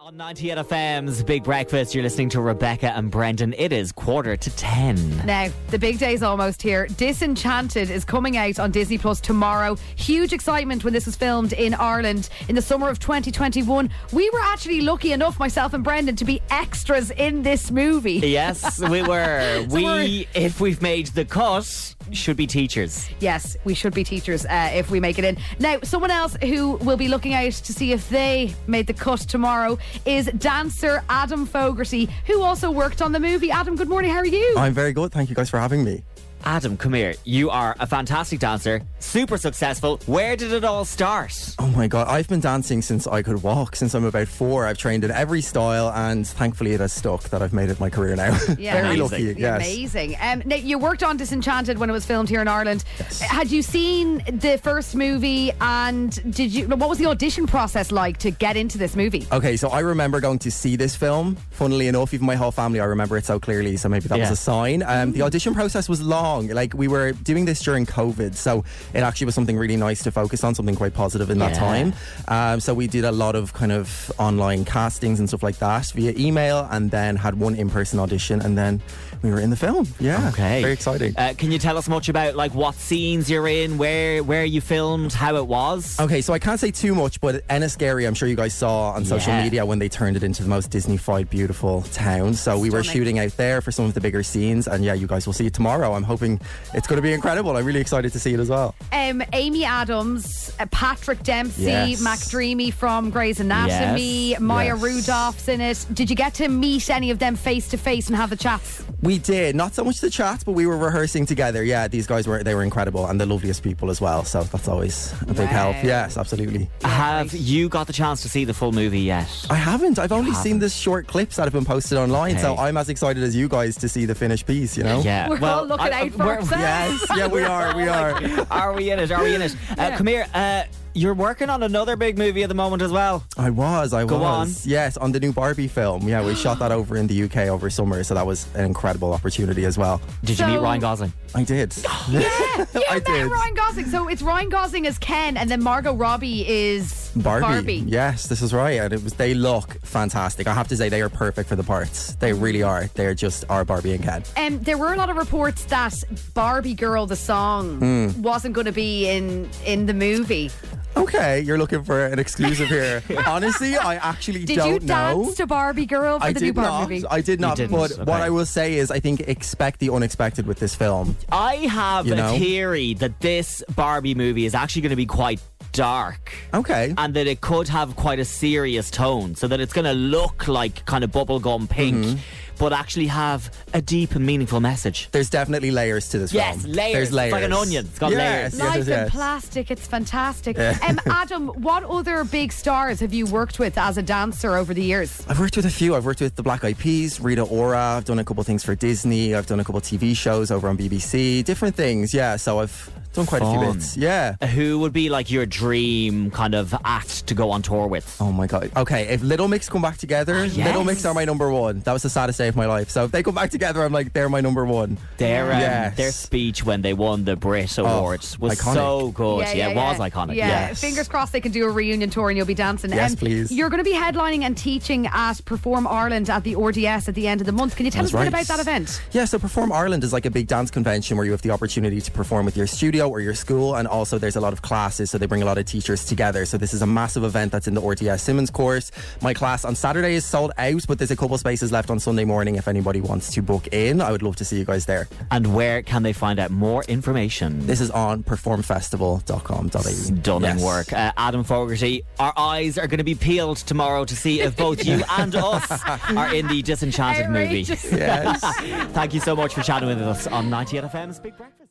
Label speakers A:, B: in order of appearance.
A: On 90 at FM's Big Breakfast, you're listening to Rebecca and Brendan. It is quarter to 10.
B: Now, the big day's almost here. Disenchanted is coming out on Disney Plus tomorrow. Huge excitement when this was filmed in Ireland in the summer of 2021. We were actually lucky enough, myself and Brendan, to be extras in this movie.
A: Yes, we were.
B: So
A: we,
B: we're-
A: if we've made the cut, should be teachers.
B: Yes, we should be teachers uh, if we make it in. Now, someone else who will be looking out to see if they made the cut tomorrow is dancer Adam Fogarty, who also worked on the movie. Adam, good morning. How are you?
C: I'm very good. Thank you guys for having me.
A: Adam, come here. You are a fantastic dancer, super successful. Where did it all start?
C: Oh my God, I've been dancing since I could walk, since I'm about four. I've trained in every style, and thankfully it has stuck that I've made it my career now.
B: Yeah.
C: very
A: Amazing.
C: lucky,
B: Yeah,
C: yes.
B: Amazing. Um, now, you worked on Disenchanted when it was filmed here in Ireland. Had you seen the first movie and did you? What was the audition process like to get into this movie?
C: Okay, so I remember going to see this film. Funnily enough, even my whole family, I remember it so clearly. So maybe that
A: Yeah.
C: was a sign. Um, the audition process was long. Like we were doing this during COVID, so it actually was something really nice to focus on, something quite positive in that
A: Yeah.
C: time. Um, so we did a lot of kind of online castings and stuff like that via email, and then had one in-person audition, and then we were in the film. Yeah,
A: Okay.
C: very exciting.
A: Uh, can you tell us much about like what scenes you're in, where where you filmed, how it was?
C: Okay, so I can't say too much, but Enniscary, I'm sure you guys saw on social
A: Yeah.
C: media when they turned it into the most Disney-fied, beautiful town. So we were
B: Stunning.
C: shooting out there for some of the bigger scenes, and yeah, you guys will see it tomorrow. I'm hoping it's going to be incredible. I'm really excited to see it as well.
B: Um, Amy Adams, uh, Patrick Dempsey,
C: Yes.
B: Mac Dreamy from Grey's Anatomy,
A: Yes.
B: Maya
C: Yes.
B: Rudolph's in it. Did you get to meet any of them face to face and have a chat?
C: We did not so much the chat, but we were rehearsing together. Yeah, these guys were they were incredible and the loveliest people as well. So that's always a big
B: Wow.
C: help. Yes, absolutely.
A: Have you got the chance to see the full movie yet?
C: I haven't. I've only seen the short clips that have been posted online, so
A: Okay.
C: I'm as excited as you guys to see the finished piece. You know.
A: Yeah. Oh
B: We're all looking out for
A: we're-
B: ourselves.
C: Yes. Yeah, we are. We are.
A: Are we in it? Are we in it? Uh, Come here. Uh, you're working on another big movie at the moment as well.
C: I was, I
A: Go
C: was.
A: on.
C: Yes, on the new Barbie film. Yeah, we shot that over in the UK over summer, so that was an incredible opportunity as well.
A: Did
B: So-
A: you meet Ryan Gosling?
C: I did.
B: Yeah,
C: I
B: met
C: did.
B: Ryan Gosling. So it's Ryan Gosling as Ken, and then Margot Robbie is
C: Barbie.
B: Barbie.
C: Yes, this is right. And it was they look fantastic. I have to say they are perfect for the parts. They really are. They're just our Barbie and Ken.
B: Um, there were a lot of reports that Barbie Girl, the song,
C: Hmm.
B: wasn't going to be in in the movie.
C: Okay, you're looking for an exclusive here. Honestly, I actually
B: Did
C: don't
B: you
C: know.
B: dance to Barbie Girl for
C: I
B: the
C: did
B: new Barbie
C: not.
B: movie?
C: I did not.
A: didn't,
C: But what
A: okay.
C: I will say is, I think expect the unexpected with this film.
A: I have
C: You
A: a
C: know?
A: theory that this Barbie movie is actually going to be quite dark.
C: Okay.
A: And that it could have quite a serious tone, so that it's going to look like kind of bubblegum pink, but actually have a deep and meaningful message.
C: There's definitely layers to this
A: Yes,
C: film.
A: layers.
C: There's
A: It's like
C: layers.
A: an onion. It's got
C: Yes,
A: layers.
C: yes,
B: Life
C: yes,
B: in
C: yes.
B: plastic, it's fantastic. um, Adam, what other big stars have you worked with as a dancer over the years?
C: I've worked with a few. I've worked with the Black Eyed Peas, Rita Ora. I've done a couple things for Disney. I've done a couple TV shows over on BBC. Different things, yeah. So I've done quite a few
A: Fun.
C: bits, yeah.
A: Who would be like your dream kind of act to go on tour with?
C: Oh my god. Okay, if Little Mix come back together, Little Mix
A: Ah, yes.
C: are my number one. That was the saddest day of my life. So if they come back together, I'm like, they're my number one.
A: Their um,
C: Yes.
A: their speech when they won the Brit Awards was
C: iconic.
A: so good. Yeah, it was iconic.
B: Yeah,
A: yeah.
B: fingers crossed they can do a reunion tour and you'll be dancing. Um,
C: Yes, please.
B: You're going to be headlining and teaching at Perform Ireland at the RDS at the end of the month. Can you tell
C: That's
B: us a bit
C: right.
B: about that event?
C: Yeah, so Perform Ireland is like a big dance convention where you have the opportunity to perform with your studio or your school, and also there's a lot of classes, so they bring a lot of teachers together. So this is a massive event that's in the RTS Simmons course. My class on Saturday is sold out, but there's a couple spaces left on Sunday morning if anybody wants to book in. I would love to see you guys there.
A: And where can they find out more information?
C: This is on performfestival.com.au.
A: Stunning
C: Yes.
A: work. Uh, Adam Fogarty, our eyes are going to be peeled tomorrow to see if both you and us are in the Disenchanted movie.
B: Outrageous.
C: Yes.
A: Thank you so much for chatting with us on 98FM's Big Breakfast.